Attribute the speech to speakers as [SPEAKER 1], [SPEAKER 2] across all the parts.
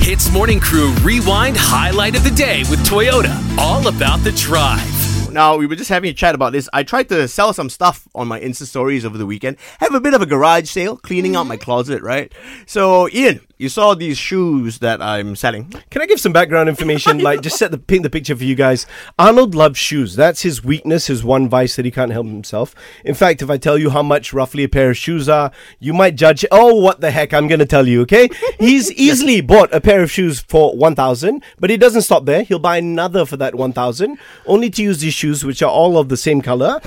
[SPEAKER 1] Hits Morning Crew Rewind Highlight of the Day with Toyota. All about the drive.
[SPEAKER 2] Now, we were just having a chat about this. I tried to sell some stuff on my Insta stories over the weekend. Have a bit of a garage sale, cleaning out my closet, right? So, Ian, you saw these shoes that I'm selling.
[SPEAKER 3] Can I give some background information? like, just set the paint the picture for you guys. Arnold loves shoes. That's his weakness, his one vice that he can't help himself. In fact, if I tell you how much roughly a pair of shoes are, you might judge. Oh, what the heck! I'm going to tell you. Okay, he's easily bought a pair of shoes for one thousand, but he doesn't stop there. He'll buy another for that one thousand, only to use these shoes, which are all of the same color,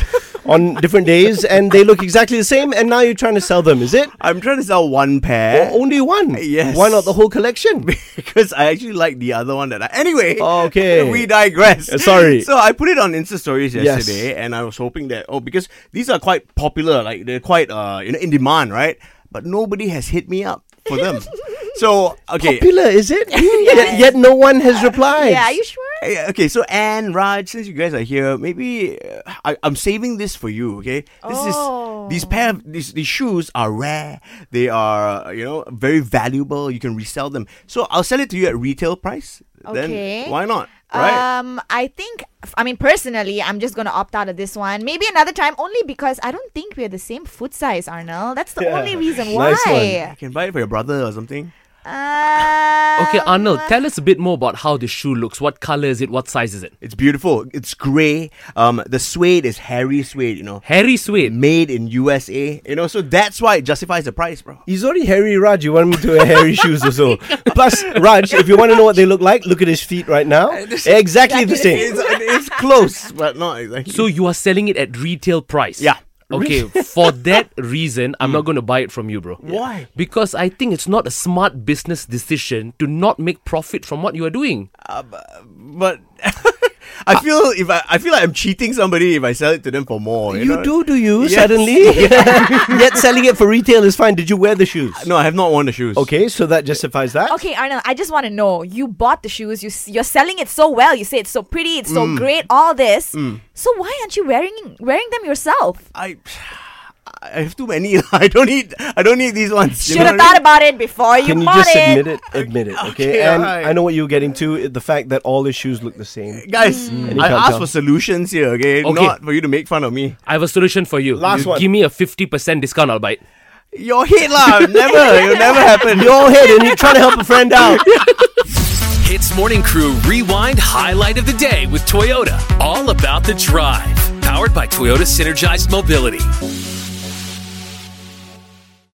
[SPEAKER 3] on different days, and they look exactly the same. And now you're trying to sell them, is it?
[SPEAKER 2] I'm trying to sell one pair.
[SPEAKER 3] Or only one?
[SPEAKER 2] Yes.
[SPEAKER 3] Why not the whole collection?
[SPEAKER 2] because I actually like the other one that I. Anyway,
[SPEAKER 3] Okay.
[SPEAKER 2] we digress.
[SPEAKER 3] Uh, sorry.
[SPEAKER 2] So I put it on Insta stories
[SPEAKER 3] Yes.
[SPEAKER 2] yesterday, and I was hoping that oh, because these are quite popular, like they're quite uh you know in demand, right? But nobody has hit me up for them. so okay,
[SPEAKER 3] popular, is it? yet, yet no one has replied.
[SPEAKER 4] Yeah, are you sure?
[SPEAKER 2] Eh, Okay, so Anne, Raj, since you guys are here, maybe uh, I, I'm saving this for you. Okay, this
[SPEAKER 4] Oh.
[SPEAKER 2] is these pair of these, these shoes are rare. They are uh, you know very valuable. You can resell them. So I'll sell it to you at retail price.
[SPEAKER 4] Okay.
[SPEAKER 2] Then why not? Right.
[SPEAKER 4] Um, I think, I mean, personally, I'm just going to opt out of this one. Maybe another time, only because I don't think we're the same foot size, Arnold. That's the
[SPEAKER 3] Yeah.
[SPEAKER 4] only reason why.
[SPEAKER 3] Nice
[SPEAKER 2] you can buy it for your brother or something.
[SPEAKER 4] Um,
[SPEAKER 5] Okay, Arnold, tell us a bit more about how the shoe looks. What color is it? What size is it?
[SPEAKER 2] It's beautiful. It's grey. Um, the suede is hairy suede. You know,
[SPEAKER 5] Harry Suede.
[SPEAKER 2] made in USA. You know, so that's why it justifies the price, bro.
[SPEAKER 3] He's already hairy Raj. You want him to wear hairy shoes or so. Plus, Raj, if you want to know what they look like, look at his feet right now. Exactly the same.
[SPEAKER 2] It's, it's close, but not exactly.
[SPEAKER 5] So you are selling it at retail price?
[SPEAKER 2] Yeah.
[SPEAKER 5] Okay, for that reason, I'm not going to buy it from you, bro.
[SPEAKER 2] Why?
[SPEAKER 5] Because I think it's not a smart business decision to not make profit from what you are doing.
[SPEAKER 2] but I feel if I, I feel like I'm cheating somebody if I sell it to them for more. You, know?
[SPEAKER 3] You do, do you?
[SPEAKER 2] Yes.
[SPEAKER 3] Suddenly, yet selling it for retail is fine. Did you wear the shoes?
[SPEAKER 2] No, I have not worn the shoes.
[SPEAKER 3] Okay, so that justifies that.
[SPEAKER 4] Okay, Arnold, I just want to know. You bought the shoes. You s- you're selling it so well. You say it's so pretty. It's
[SPEAKER 2] Mm.
[SPEAKER 4] so great. All this. So why aren't you wearing wearing them yourself?
[SPEAKER 2] I I have too many. I don't need I don't need these ones. you
[SPEAKER 4] Should have
[SPEAKER 2] know what
[SPEAKER 4] thought about it before you
[SPEAKER 3] Can you
[SPEAKER 4] bought
[SPEAKER 3] just
[SPEAKER 4] it.
[SPEAKER 3] admit it? Admit it, okay?
[SPEAKER 2] Okay,
[SPEAKER 3] and
[SPEAKER 2] alright.
[SPEAKER 3] I know what you were getting to the fact that all his shoes look the same.
[SPEAKER 2] I mean? Guys,
[SPEAKER 3] you
[SPEAKER 2] I
[SPEAKER 3] can't
[SPEAKER 2] asked
[SPEAKER 3] tell.
[SPEAKER 2] for solutions here, okay?
[SPEAKER 5] Okay.
[SPEAKER 2] Not for you to make fun of me.
[SPEAKER 5] I have a solution for you.
[SPEAKER 3] Last
[SPEAKER 5] You
[SPEAKER 3] one.
[SPEAKER 5] Give me a 50% discount, I'll buy it.
[SPEAKER 2] Your head lah, never, it'll never happen.
[SPEAKER 3] You're all hidden. You're trying to help a friend out.
[SPEAKER 1] Hits Morning Crew Rewind Highlight of the Day with Toyota. All about the drive. Powered by Toyota Synergized Mobility.